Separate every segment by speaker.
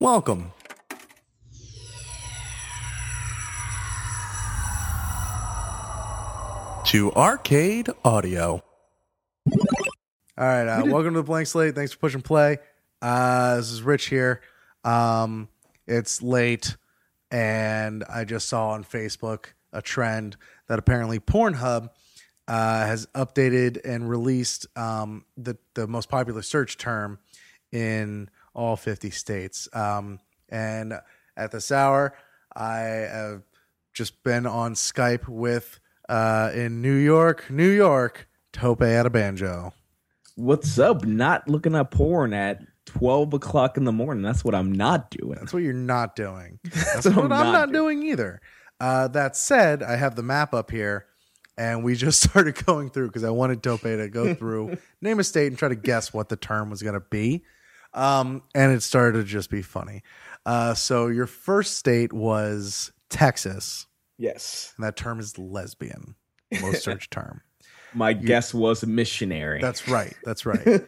Speaker 1: Welcome. To Arcade Audio. All right, uh, welcome to the blank slate. Thanks for pushing play. Uh, this is Rich here. Um, it's late, and I just saw on Facebook a trend that apparently Pornhub uh, has updated and released um, the the most popular search term in all 50 states. Um, and at this hour, I have just been on Skype with uh, in New York, New York, Tope at a banjo.
Speaker 2: What's up? Not looking at porn at 12 o'clock in the morning. That's what I'm not doing.
Speaker 1: That's what you're not doing. That's,
Speaker 2: what
Speaker 1: what I'm
Speaker 2: I'm
Speaker 1: not,
Speaker 2: not
Speaker 1: doing, either. Uh, that said, I have the map up here, and we just started going through because I wanted Tope to go through, name a state, and try to guess what the term was going to be. Um, and it started to just be funny. Uh, so your first state was Texas,
Speaker 2: Yes.
Speaker 1: and that term is lesbian, most search term.
Speaker 2: My guess was missionary.
Speaker 1: That's right. That's right.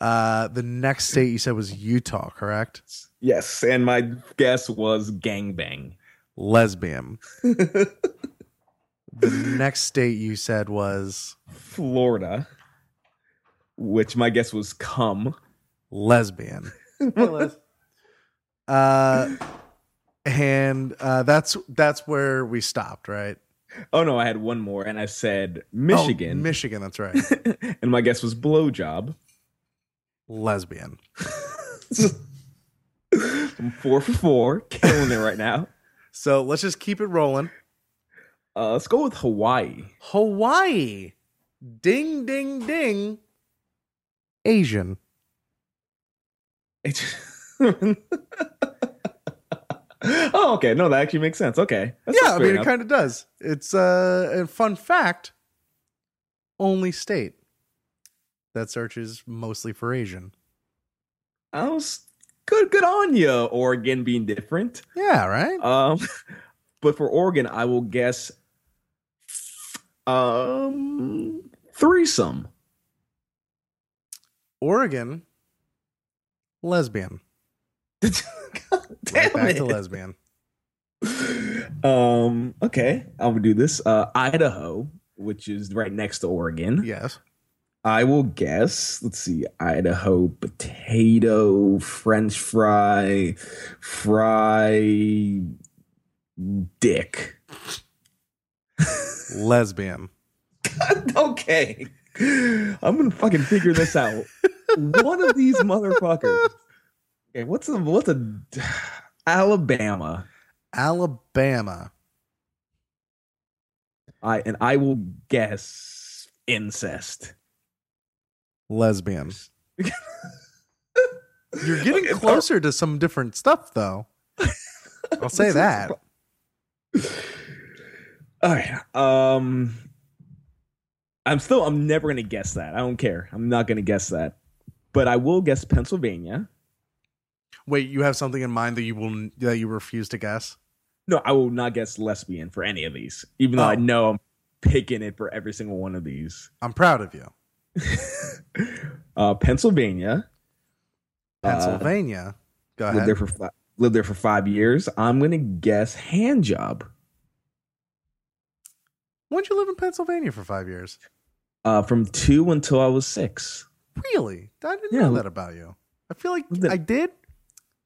Speaker 1: Uh, the next state you said was Utah, correct?
Speaker 2: yes. And my guess was gangbang.
Speaker 1: Lesbian. the next state you said was
Speaker 2: Florida, which my guess was cum.
Speaker 1: lesbian. Uh, and uh, that's that's where we stopped, right?
Speaker 2: Oh, no. I had one more and I said
Speaker 1: Oh,
Speaker 2: Michigan.
Speaker 1: Michigan. That's right.
Speaker 2: and my guess was blowjob.
Speaker 1: lesbian.
Speaker 2: I'm four for four. Killing it right now.
Speaker 1: So let's just keep it rolling.
Speaker 2: Uh, let's go with Hawaii.
Speaker 1: Hawaii. Ding, ding, ding. Asian.
Speaker 2: It- oh, okay. No, that actually makes sense. Okay. That's
Speaker 1: yeah, I
Speaker 2: fair
Speaker 1: mean,
Speaker 2: enough.
Speaker 1: it kind of does. It's uh, a fun fact only state that searches mostly for Asian.
Speaker 2: I was good. Good on you, Oregon, being different.
Speaker 1: Yeah, right?
Speaker 2: Um, but for Oregon, I will guess, um, threesome.
Speaker 1: Oregon, lesbian.
Speaker 2: God
Speaker 1: Right
Speaker 2: damn
Speaker 1: back
Speaker 2: it.
Speaker 1: to lesbian.
Speaker 2: Um. Okay, I will do this. Uh, Idaho, which is right next to Oregon.
Speaker 1: Yes.
Speaker 2: I will guess. Let's see. Idaho potato, French fry, fry, dick.
Speaker 1: Lesbian.
Speaker 2: okay. I'm gonna fucking figure this out. One of these motherfuckers. Okay, what's a what's a Alabama?
Speaker 1: Alabama.
Speaker 2: I and I will guess incest.
Speaker 1: Lesbian. You're getting
Speaker 2: Okay,
Speaker 1: closer to some different stuff, though. I'll say
Speaker 2: This is
Speaker 1: that.
Speaker 2: All right. Um, I'm still. I'm never gonna guess that. I don't care. I'm not gonna guess that. But I will guess Pennsylvania.
Speaker 1: Wait, you have something in mind that you will that you refuse to guess?
Speaker 2: No, I will not guess lesbian for any of these. Even though
Speaker 1: Oh.
Speaker 2: I know I'm picking it for every single one of these.
Speaker 1: I'm proud of you.
Speaker 2: Uh, Pennsylvania. Uh,
Speaker 1: Pennsylvania. Go
Speaker 2: lived there
Speaker 1: ahead.
Speaker 2: for fi- lived there for five years. I'm gonna guess hand job.
Speaker 1: When'd you live in Pennsylvania for five years?
Speaker 2: Uh, from two until I was six.
Speaker 1: Really? I didn't
Speaker 2: Yeah,
Speaker 1: know
Speaker 2: li-
Speaker 1: that about you. I feel like
Speaker 2: Lived in-
Speaker 1: I did,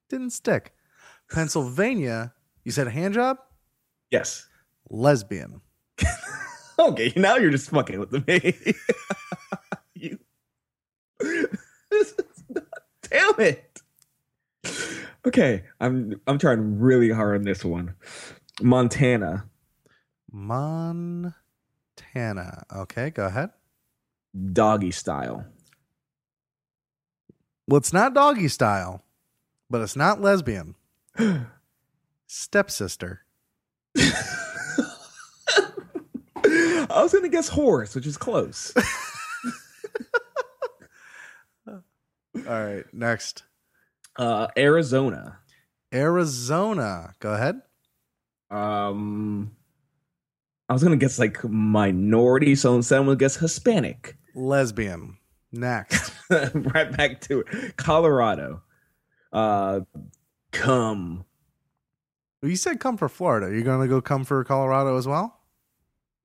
Speaker 1: didn't stick. Pennsylvania. You said hand job?
Speaker 2: Yes.
Speaker 1: Lesbian.
Speaker 2: Okay, now you're just fucking with me. you. This is not- Damn it. Okay, I'm I'm trying really hard on this one. Montana.
Speaker 1: Montana. Okay, go ahead.
Speaker 2: doggy style.
Speaker 1: Well, it's not doggy style, but it's not lesbian. Stepsister.
Speaker 2: I was gonna guess horse, which is close.
Speaker 1: All right, next.
Speaker 2: Uh, Arizona.
Speaker 1: Arizona. Go ahead.
Speaker 2: Um, I was gonna guess like minority, so instead I'm gonna guess Hispanic.
Speaker 1: Lesbian. Next.
Speaker 2: right back to it. Colorado. Uh, Come.
Speaker 1: You said come for Florida. You're gonna go come for Colorado as well.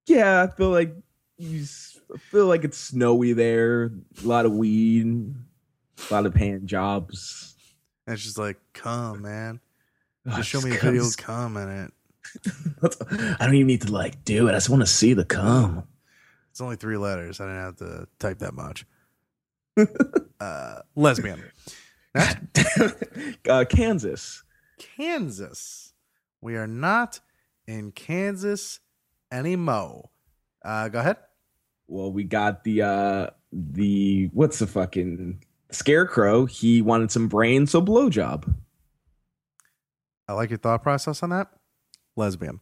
Speaker 2: Yeah, I feel like you s- I feel like it's snowy there. A lot of weed, a lot of hand jobs.
Speaker 1: And she's like, "Come, man,
Speaker 2: Oh,
Speaker 1: just show me a
Speaker 2: just
Speaker 1: video
Speaker 2: comes-
Speaker 1: with cum in it.
Speaker 2: I don't even need to like do it. I just want to see the cum.
Speaker 1: It's only three letters. I didn't have to type that much." uh, lesbian,
Speaker 2: uh, Kansas.
Speaker 1: Kansas. We are not in Kansas anymore. Uh, go ahead.
Speaker 2: Well, we got the uh the what's the fucking scarecrow? He wanted some brains, so blowjob.
Speaker 1: I like your thought process on that. Lesbian.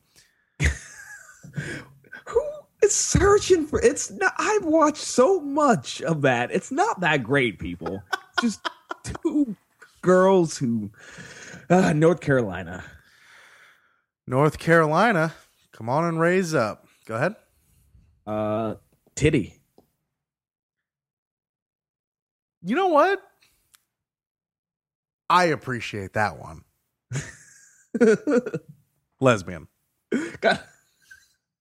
Speaker 2: Who is searching for? It's not. I've watched so much of that. It's not that great, people. It's Just two girls who uh, North Carolina.
Speaker 1: North Carolina, come on and raise up. Go ahead.
Speaker 2: Uh, titty.
Speaker 1: You know what? I appreciate that one. Lesbian.
Speaker 2: God.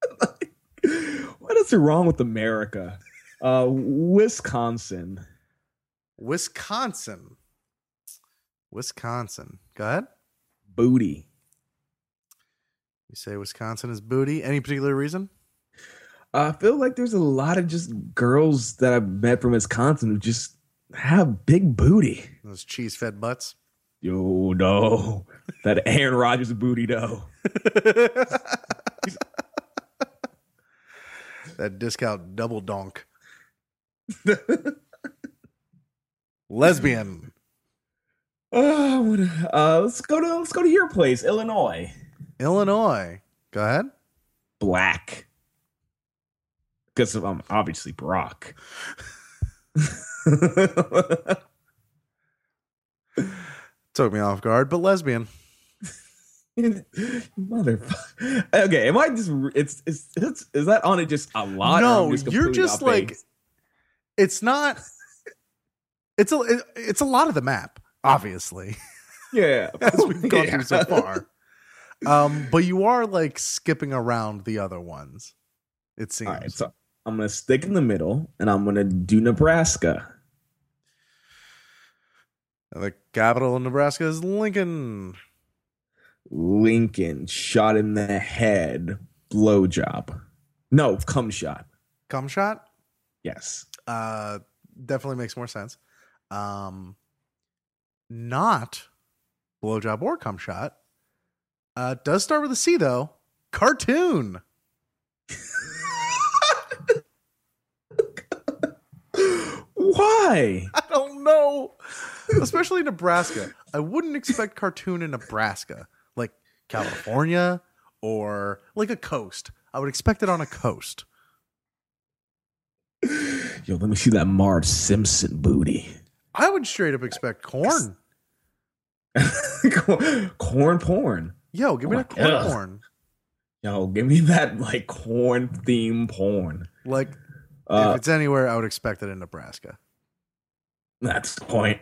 Speaker 2: what is wrong with America? Uh, Wisconsin.
Speaker 1: Wisconsin. Wisconsin. Go ahead.
Speaker 2: booty.
Speaker 1: You say Wisconsin is booty. Any particular reason?
Speaker 2: I feel like there's a lot of just girls that I've met from Wisconsin who just have big booty.
Speaker 1: Those cheese fed butts.
Speaker 2: Yo, no. That Aaron Rodgers booty, though.
Speaker 1: that discount double donk. Lesbian.
Speaker 2: Oh, I wanna- uh, let's go to let's go to your place, Illinois.
Speaker 1: Illinois. Go ahead.
Speaker 2: Black, because I'm obviously Brock.
Speaker 1: Took me off guard, but lesbian.
Speaker 2: Motherfucker. Okay, am I just? It's, it's it's is that on it just a lot? or I'm
Speaker 1: no,
Speaker 2: just
Speaker 1: you're
Speaker 2: completely
Speaker 1: just
Speaker 2: off base?
Speaker 1: like it's not it's a it- it's a lot of the map, obviously.
Speaker 2: Yeah,
Speaker 1: as we've gone
Speaker 2: Yeah.
Speaker 1: through so far. Um, but you are like skipping around the other ones. It seems.
Speaker 2: All right, so I'm gonna stick in the middle, and I'm gonna do Nebraska.
Speaker 1: The capital of Nebraska is Lincoln.
Speaker 2: Lincoln shot in the head, blowjob. No, cum shot.
Speaker 1: Cum shot.
Speaker 2: Yes,
Speaker 1: Uh, definitely makes more sense. Um, not blowjob or cum shot. Uh, does start with a C though. Cartoon.
Speaker 2: why?
Speaker 1: I don't know. Especially Nebraska. I wouldn't expect cartoon in Nebraska, like California or like a coast. I would expect it on a coast.
Speaker 2: Yo, let me see that Marge Simpson booty.
Speaker 1: I would straight up expect corn.
Speaker 2: corn porn.
Speaker 1: Yo, give me that corn
Speaker 2: Ugh.
Speaker 1: corn.
Speaker 2: Yo, give me that like corn theme porn.
Speaker 1: Like if
Speaker 2: Uh,
Speaker 1: it's anywhere, I would expect it in Nebraska.
Speaker 2: that's the point.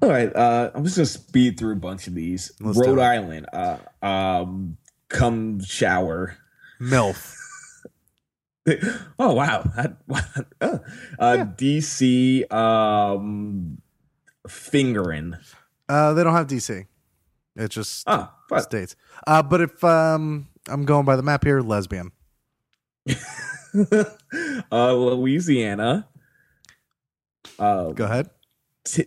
Speaker 2: All right, uh, I'm just gonna speed through a bunch of these.
Speaker 1: Let's do
Speaker 2: Rhode
Speaker 1: it.
Speaker 2: Island, uh, um, come shower.
Speaker 1: MILF.
Speaker 2: oh wow, That- uh, DC um, fingering.
Speaker 1: Uh, they don't have DC. It just
Speaker 2: Oh, fuck.
Speaker 1: states. Uh, but if um, I'm going by the map here, lesbian.
Speaker 2: uh, Louisiana. Uh,
Speaker 1: Go ahead.
Speaker 2: ti-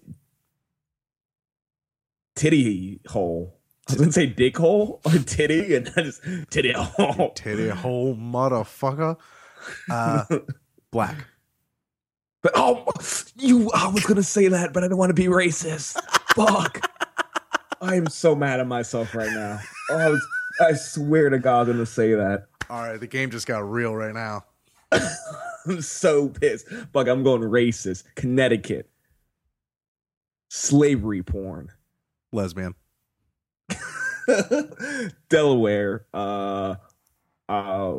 Speaker 2: titty hole. I was gonna say dick hole or titty, and I just titty hole.
Speaker 1: Titty hole motherfucker. Uh, black.
Speaker 2: But oh, you! I was gonna say that, but I don't want to be racist. Fuck! I am so mad at myself right now. Oh, I, was, I swear to God, I'm gonna say that.
Speaker 1: All right, the game just got real right now.
Speaker 2: I'm so pissed. Fuck! I'm going racist. Connecticut, slavery porn.
Speaker 1: Lesbian.
Speaker 2: Delaware, uh, uh,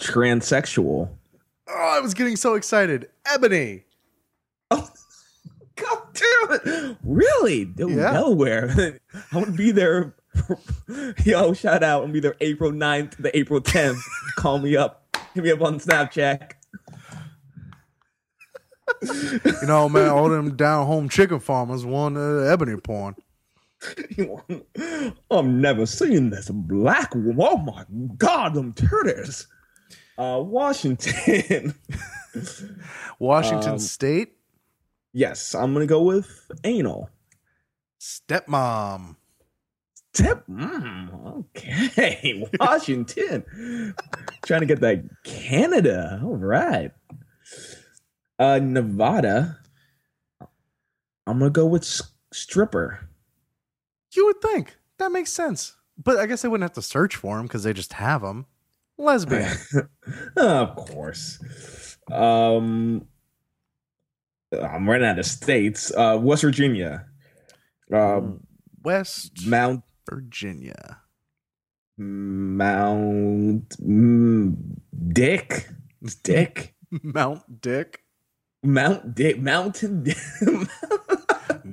Speaker 2: transsexual.
Speaker 1: Oh, I was getting so excited. Ebony.
Speaker 2: Oh, God Damn it. Really? Dude,
Speaker 1: Yeah.
Speaker 2: Delaware. I want to be there. Yo, shout out. I'm be there April 9th to the April 10th. Call me up. Hit me up on Snapchat.
Speaker 1: You know, man, all them down home chicken farmers want uh, ebony porn.
Speaker 2: I've never seen this black woman. Oh my god, them turtles. Uh, Washington.
Speaker 1: Washington
Speaker 2: Um,
Speaker 1: State
Speaker 2: yes, I'm gonna go with anal.
Speaker 1: stepmom.
Speaker 2: Tip. Mm, okay, Washington. Trying to get that Canada. All right. Uh, Nevada. I'm gonna go with s- stripper.
Speaker 1: You would think that makes sense, but I guess they wouldn't have to search for them because they just have them. Lesbian.
Speaker 2: of course. Um, I'm running out of states. Uh, West Virginia, um,
Speaker 1: West
Speaker 2: Mount
Speaker 1: Virginia.
Speaker 2: Mount mm, Dick, Dick,
Speaker 1: Mount Dick.
Speaker 2: Mount Dick, Mountain. Dick.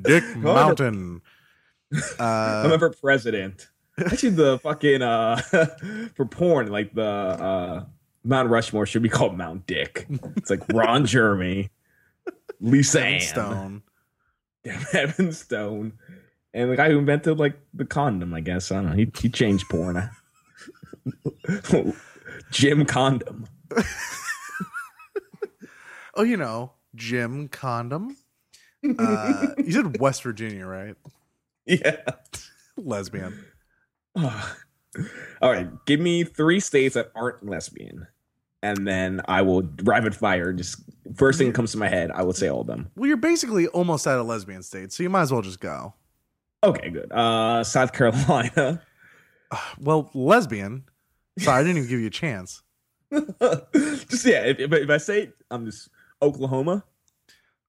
Speaker 1: Dick
Speaker 2: no.
Speaker 1: Mountain.
Speaker 2: I
Speaker 1: Uh,
Speaker 2: remember president. Actually, the fucking uh, for porn, like the uh, Mount Rushmore should be called Mount Dick. It's like Ron Jeremy, Lisa Ann.
Speaker 1: Stone.
Speaker 2: Evan Stone, and the guy who invented like the condom. I guess I don't know. He he changed porn. Jim Condom.
Speaker 1: Oh, you know, Jim Condom. Uh, you said West Virginia, right?
Speaker 2: Yeah.
Speaker 1: Lesbian.
Speaker 2: Ugh. All right, give me three states that aren't lesbian, and then I will rapid fire. Just first thing that comes to my head, I will say all of them.
Speaker 1: Well, you're basically almost at a lesbian state, so you might as well just go.
Speaker 2: Okay, good. Uh, South Carolina.
Speaker 1: Well, lesbian. Sorry, I didn't even give you a chance.
Speaker 2: just yeah. If, if, I- if I say it, I'm just Oklahoma.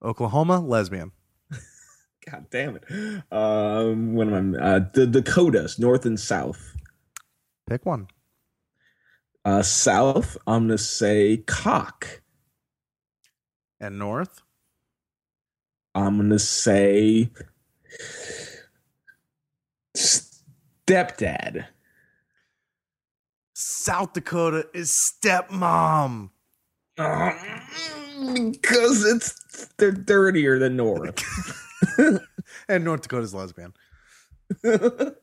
Speaker 1: Oklahoma, lesbian.
Speaker 2: God damn it. Um, when am I? Uh, the Dakotas, North and South.
Speaker 1: Pick one.
Speaker 2: Uh, south, I'm gonna say cock.
Speaker 1: And north,
Speaker 2: I'm gonna say stepdad.
Speaker 1: South Dakota is stepmom.
Speaker 2: Because it's they're dirtier than north.
Speaker 1: And North Dakota is lesbian.
Speaker 2: Have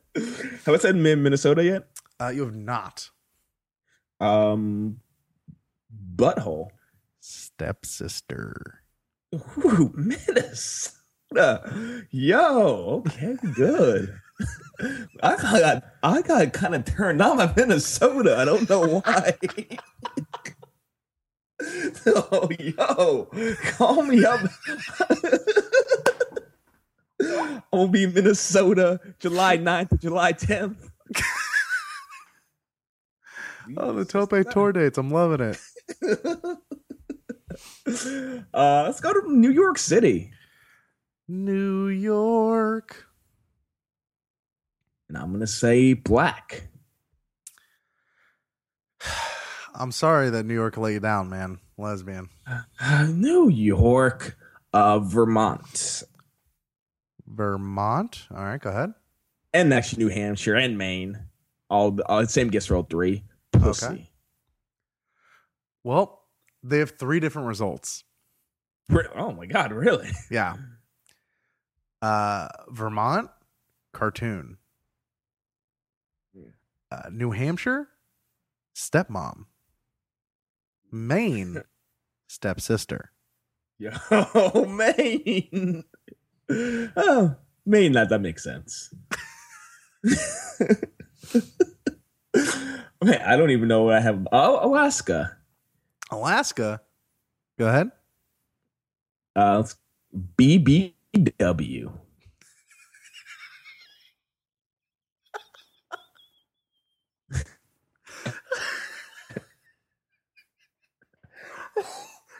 Speaker 2: I said Min- Minnesota yet?
Speaker 1: Uh, you have not.
Speaker 2: Um, butthole.
Speaker 1: Stepsister.
Speaker 2: Ooh, Minnesota. Yo, okay, good. I got I got kind of turned on by Minnesota. I don't know why. oh, yo, call me up. I'm gonna be in Minnesota July 9th to July 10th.
Speaker 1: Oh, the Tope tour dates. I'm loving it.
Speaker 2: Uh, let's go to New York City.
Speaker 1: New York.
Speaker 2: And I'm gonna say black.
Speaker 1: I'm sorry that New York let you down, man. Lesbian.
Speaker 2: Uh, New York, uh, Vermont,
Speaker 1: Vermont. All right, go ahead.
Speaker 2: and actually New Hampshire and Maine. All, all same gets rolled three. Pussy.
Speaker 1: Okay. Well, they have three different results.
Speaker 2: Re- Oh my God! Really?
Speaker 1: Yeah. Uh, Vermont, cartoon.
Speaker 2: Yeah.
Speaker 1: Uh, New Hampshire, stepmom. Maine, stepsister.
Speaker 2: Yo, Maine. Oh, Maine. That that makes sense. okay, I don't even know what I have. Oh, Alaska.
Speaker 1: Alaska. Go ahead.
Speaker 2: Uh, let's- BBW.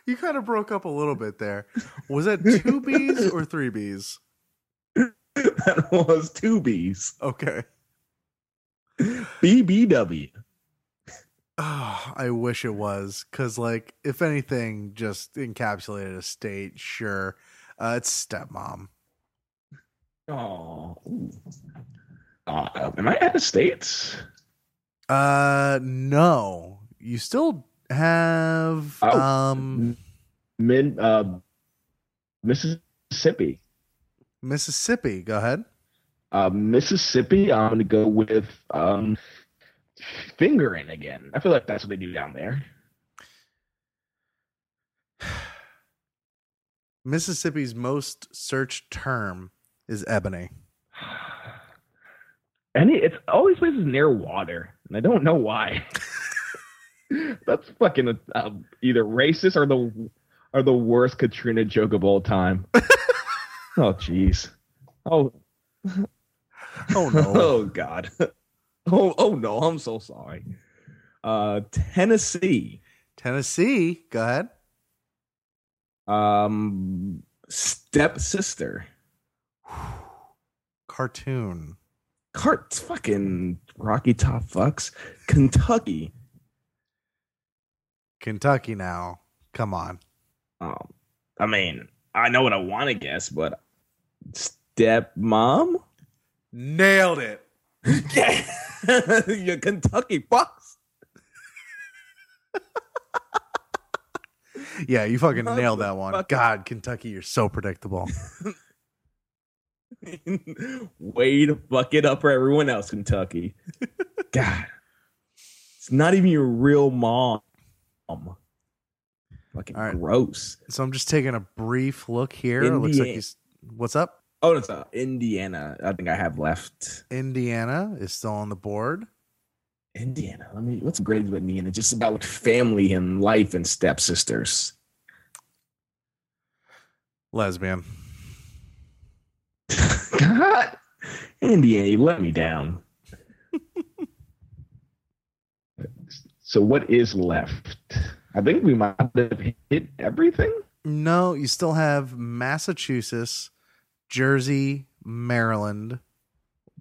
Speaker 1: You kind of broke up a little bit there. Was that two B's or three B's?
Speaker 2: That was two B's.
Speaker 1: Okay.
Speaker 2: BBW.
Speaker 1: Oh, I wish it was because, like, if anything, just encapsulated a state. Sure, uh, it's stepmom.
Speaker 2: Oh. Uh, am I out of states?
Speaker 1: Uh, no, you still have
Speaker 2: Oh.
Speaker 1: um
Speaker 2: Min, uh, Mississippi.
Speaker 1: Mississippi. Go ahead.
Speaker 2: Uh, Mississippi, I'm going to go with um, fingering again. I feel like that's what they do down there.
Speaker 1: Mississippi's most searched term is ebony.
Speaker 2: And it, it's always places near water, and I don't know why. That's fucking uh, either racist or the or the worst Katrina joke of all time. oh jeez. Oh
Speaker 1: Oh no.
Speaker 2: oh god. Oh oh no, I'm so sorry. Uh Tennessee.
Speaker 1: Tennessee. Go ahead.
Speaker 2: Um stepsister.
Speaker 1: Cartoon.
Speaker 2: Cart fucking Rocky Top fucks. Kentucky.
Speaker 1: Kentucky now. Come on.
Speaker 2: Um, I mean, I know what I want to guess, but stepmom?
Speaker 1: Nailed it.
Speaker 2: Yeah. Your Kentucky Fox.
Speaker 1: Yeah, you fucking nailed that one. God, Kentucky, you're so predictable.
Speaker 2: Way to fuck it up for everyone else, Kentucky. God. It's not even your real mom. Fucking
Speaker 1: All right.
Speaker 2: gross.
Speaker 1: So I'm just taking a brief look here. It looks like
Speaker 2: Indiana.
Speaker 1: he's. What's up?
Speaker 2: Oh, no, it's uh, Indiana. I think I have left.
Speaker 1: Indiana is still on the board.
Speaker 2: Indiana. Let me. What's great about Indiana? Just about family and life and stepsisters.
Speaker 1: Lesbian.
Speaker 2: God, Indiana, you let me down. so what is left? I think we might have hit everything.
Speaker 1: No, you still have Massachusetts, Jersey, Maryland,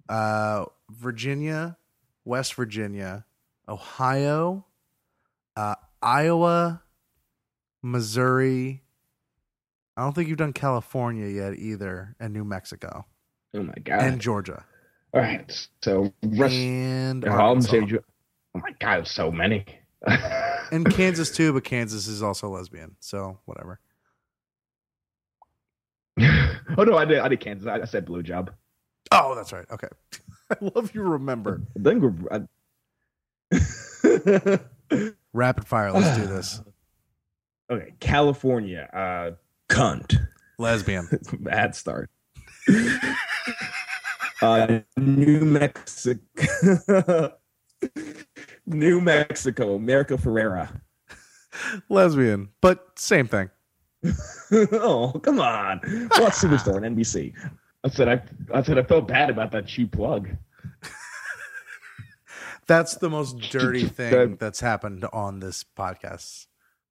Speaker 1: uh, Virginia, West Virginia, Ohio, uh, Iowa, Missouri. I don't think you've done California yet either, and New Mexico
Speaker 2: Oh my god!
Speaker 1: and Georgia
Speaker 2: All right, so rest.
Speaker 1: and
Speaker 2: I'll
Speaker 1: Arkansas.
Speaker 2: save you. Oh my god, so many.
Speaker 1: and Kansas too, but Kansas is also lesbian, so whatever.
Speaker 2: oh no, I did. I did Kansas. I, I said blue job.
Speaker 1: Oh, that's right. Okay, I love you. Remember,
Speaker 2: I think we're. I-
Speaker 1: rapid fire. Let's do this.
Speaker 2: okay, California. Uh, cunt.
Speaker 1: Lesbian.
Speaker 2: bad start. uh, New Mexico, New Mexico, America Ferrera.
Speaker 1: lesbian, but same thing.
Speaker 2: oh, come on! Watch Superstore on NBC.
Speaker 3: I said I, I said I felt bad about that cheap plug.
Speaker 1: That's the most dirty thing
Speaker 2: Good.
Speaker 1: that's happened on this podcast.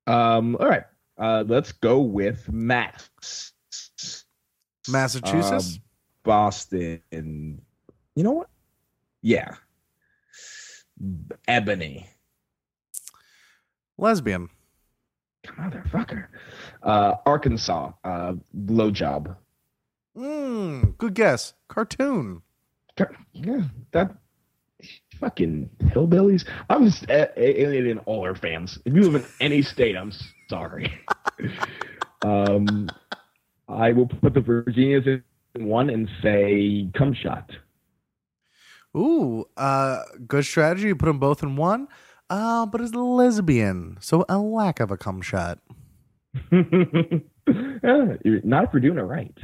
Speaker 2: Um, all right, uh, let's go with Max,
Speaker 1: Massachusetts,
Speaker 3: Um,
Speaker 2: Boston. You know what? Yeah, Ebony.
Speaker 1: lesbian,
Speaker 3: Motherfucker. Uh, Arkansas, uh, low job.
Speaker 1: mm, good guess. Cartoon,
Speaker 3: Yeah, that fucking hillbillies. I'm just a- a- alienating all our fans. If you live in any state, I'm sorry. um, I will put the Virginias in one and say cum shot.
Speaker 1: ooh, uh, good strategy. You put them both in one, uh, but it's lesbian, so a lack of a cum shot.
Speaker 3: yeah, you're- not if we're doing it right.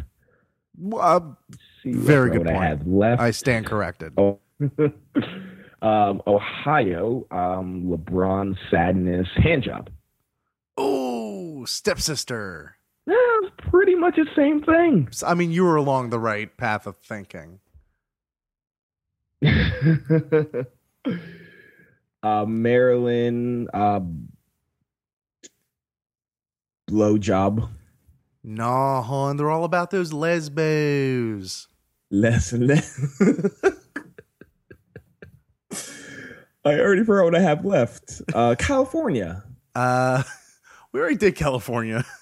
Speaker 1: Well, Uh,
Speaker 3: See what
Speaker 1: Very good
Speaker 3: road
Speaker 1: point.
Speaker 3: I have left. Oh.
Speaker 1: I stand corrected.
Speaker 3: um, Ohio, um, LeBron, sadness, hand job.
Speaker 1: Ooh, Oh, stepsister.
Speaker 3: Yeah, it's pretty much the same thing.
Speaker 1: So, I mean, you were along the right path of thinking.
Speaker 2: uh, Maryland, uh, blowjob.
Speaker 1: No, hon, they're all about those lesbos.
Speaker 2: Less and less. I already forgot what I have left. Uh, California.
Speaker 1: Uh, we already did California.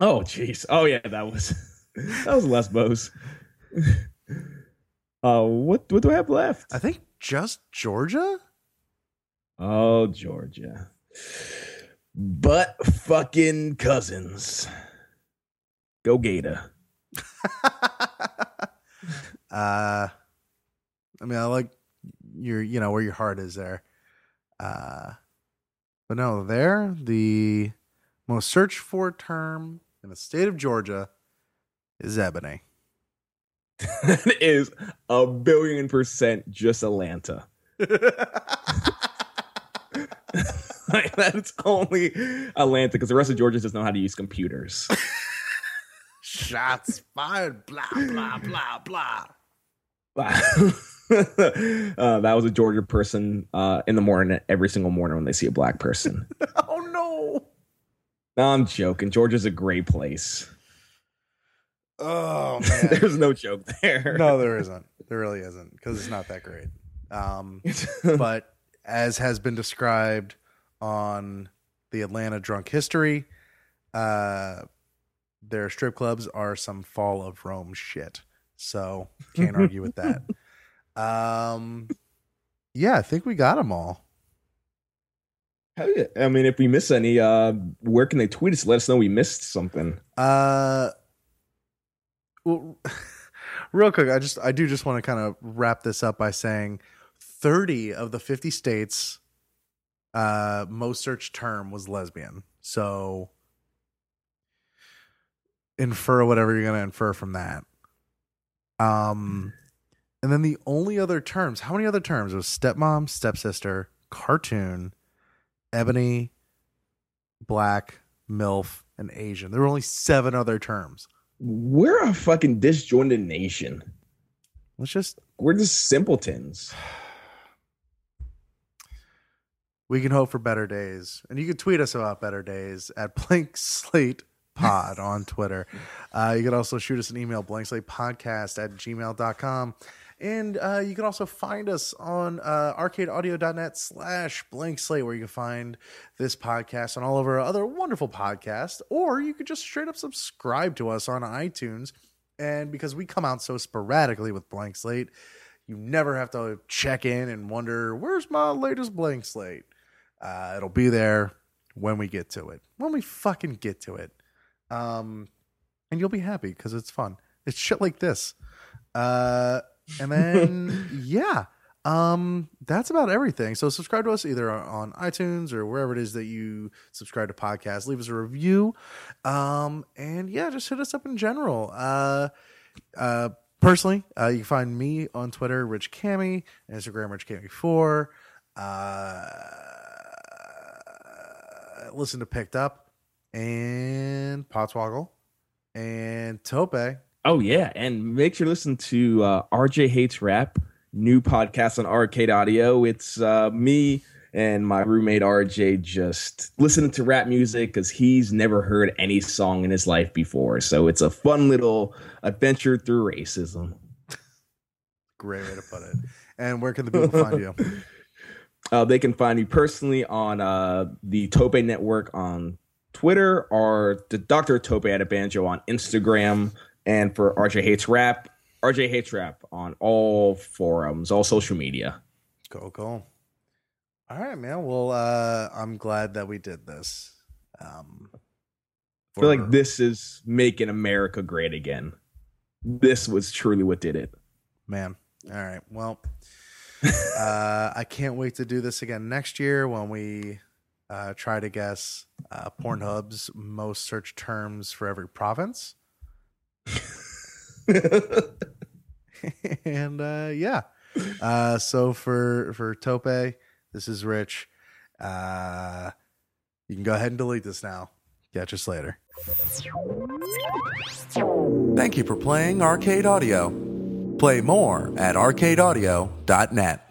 Speaker 2: Oh, jeez. Oh, yeah, that was that was Lesbos. Uh, what what do I have left?
Speaker 1: I think just Georgia.
Speaker 2: Oh, Georgia. But fucking cousins. Go Gator.
Speaker 1: Uh, I mean, I like your, you know, where your heart is there. Uh, but no, there, the most searched for term in the state of Georgia is ebony.
Speaker 2: it is a billion percent just Atlanta. like, that's only Atlanta because the rest of Georgia doesn't know how to use computers.
Speaker 1: Shots fired, blah, blah, blah, blah.
Speaker 2: Wow. uh, that was a Georgia person uh, in the morning, every single morning when they see a black person.
Speaker 1: Oh, no.
Speaker 2: no, I'm joking. Georgia's a great place.
Speaker 1: Oh, man.
Speaker 2: There's no joke there.
Speaker 1: no, there isn't. There really isn't because it's not that great. Um, but as has been described on the Atlanta Drunk History, uh, their strip clubs are some fall of Rome shit. So can't argue with that. Um, yeah, I think we got them all.
Speaker 2: Hell yeah. I mean, if we miss any, uh, where can they tweet us? Let us know we missed something.
Speaker 1: Uh, well, real quick, I just I do just want to kind of wrap this up by saying, thirty of the fifty states, uh, most searched term was lesbian. So infer whatever you're gonna infer from that. Um, and then the only other terms, how many other terms It was stepmom, stepsister, cartoon, ebony, black, milf, and Asian. There were only seven other terms.
Speaker 2: We're a fucking disjointed nation.
Speaker 1: Let's just
Speaker 2: We're just simpletons.
Speaker 1: we can hope for better days. And you can tweet us about better days at blank slate pod on Twitter. Uh, you can also shoot us an email, blank slate podcast at gmail.com. And uh, you can also find us on uh, arcadeaudio.net slash blank slate, where you can find this podcast and all of our other wonderful podcasts. Or you could just straight up subscribe to us on iTunes. And because we come out so sporadically with blank slate, you never have to check in and wonder, where's my latest blank slate? Uh, it'll be there when we get to it. When we fucking get to it. Um, and you'll be happy because it's fun. It's shit like this. Uh, and then, yeah. Um, that's about everything. So subscribe to us either on iTunes or wherever it is that you subscribe to podcasts. Leave us a review. Um, and yeah, just hit us up in general. Uh, uh, personally, uh, you can find me on Twitter, Rich Cammy, Instagram, Rich Cammy Four. Uh, listen to Picked Up and Potswoggle and Tope.
Speaker 2: Oh yeah, and make sure to listen to uh, RJ Hates Rap, new podcast on Arcade Audio. It's uh, me and my roommate RJ just listening to rap music because he's never heard any song in his life before. So it's a fun little adventure through racism.
Speaker 1: Great way to put it. And where can the people find you?
Speaker 2: Uh, they can find me personally on uh, the Tope Network on Twitter or the Dr. Tope at a Banjo on Instagram. And for RJ Hates Rap, RJ Hates Rap on all forums, all social media.
Speaker 1: Cool, cool. All right, man. Well, uh, I'm glad that we did this. Um,
Speaker 2: I feel
Speaker 1: for-
Speaker 2: like this is making America great again. This was truly what did it.
Speaker 1: man. All right. Well, uh, I can't wait to do this again next year when we uh, try to guess uh, Pornhub's most searched terms for every province. and uh, yeah, uh, so for for Tope, this is Rich. Uh, you can go ahead and delete this now. Catch us later. Thank you for playing Arcade Audio. Play more at arcadeaudio.net.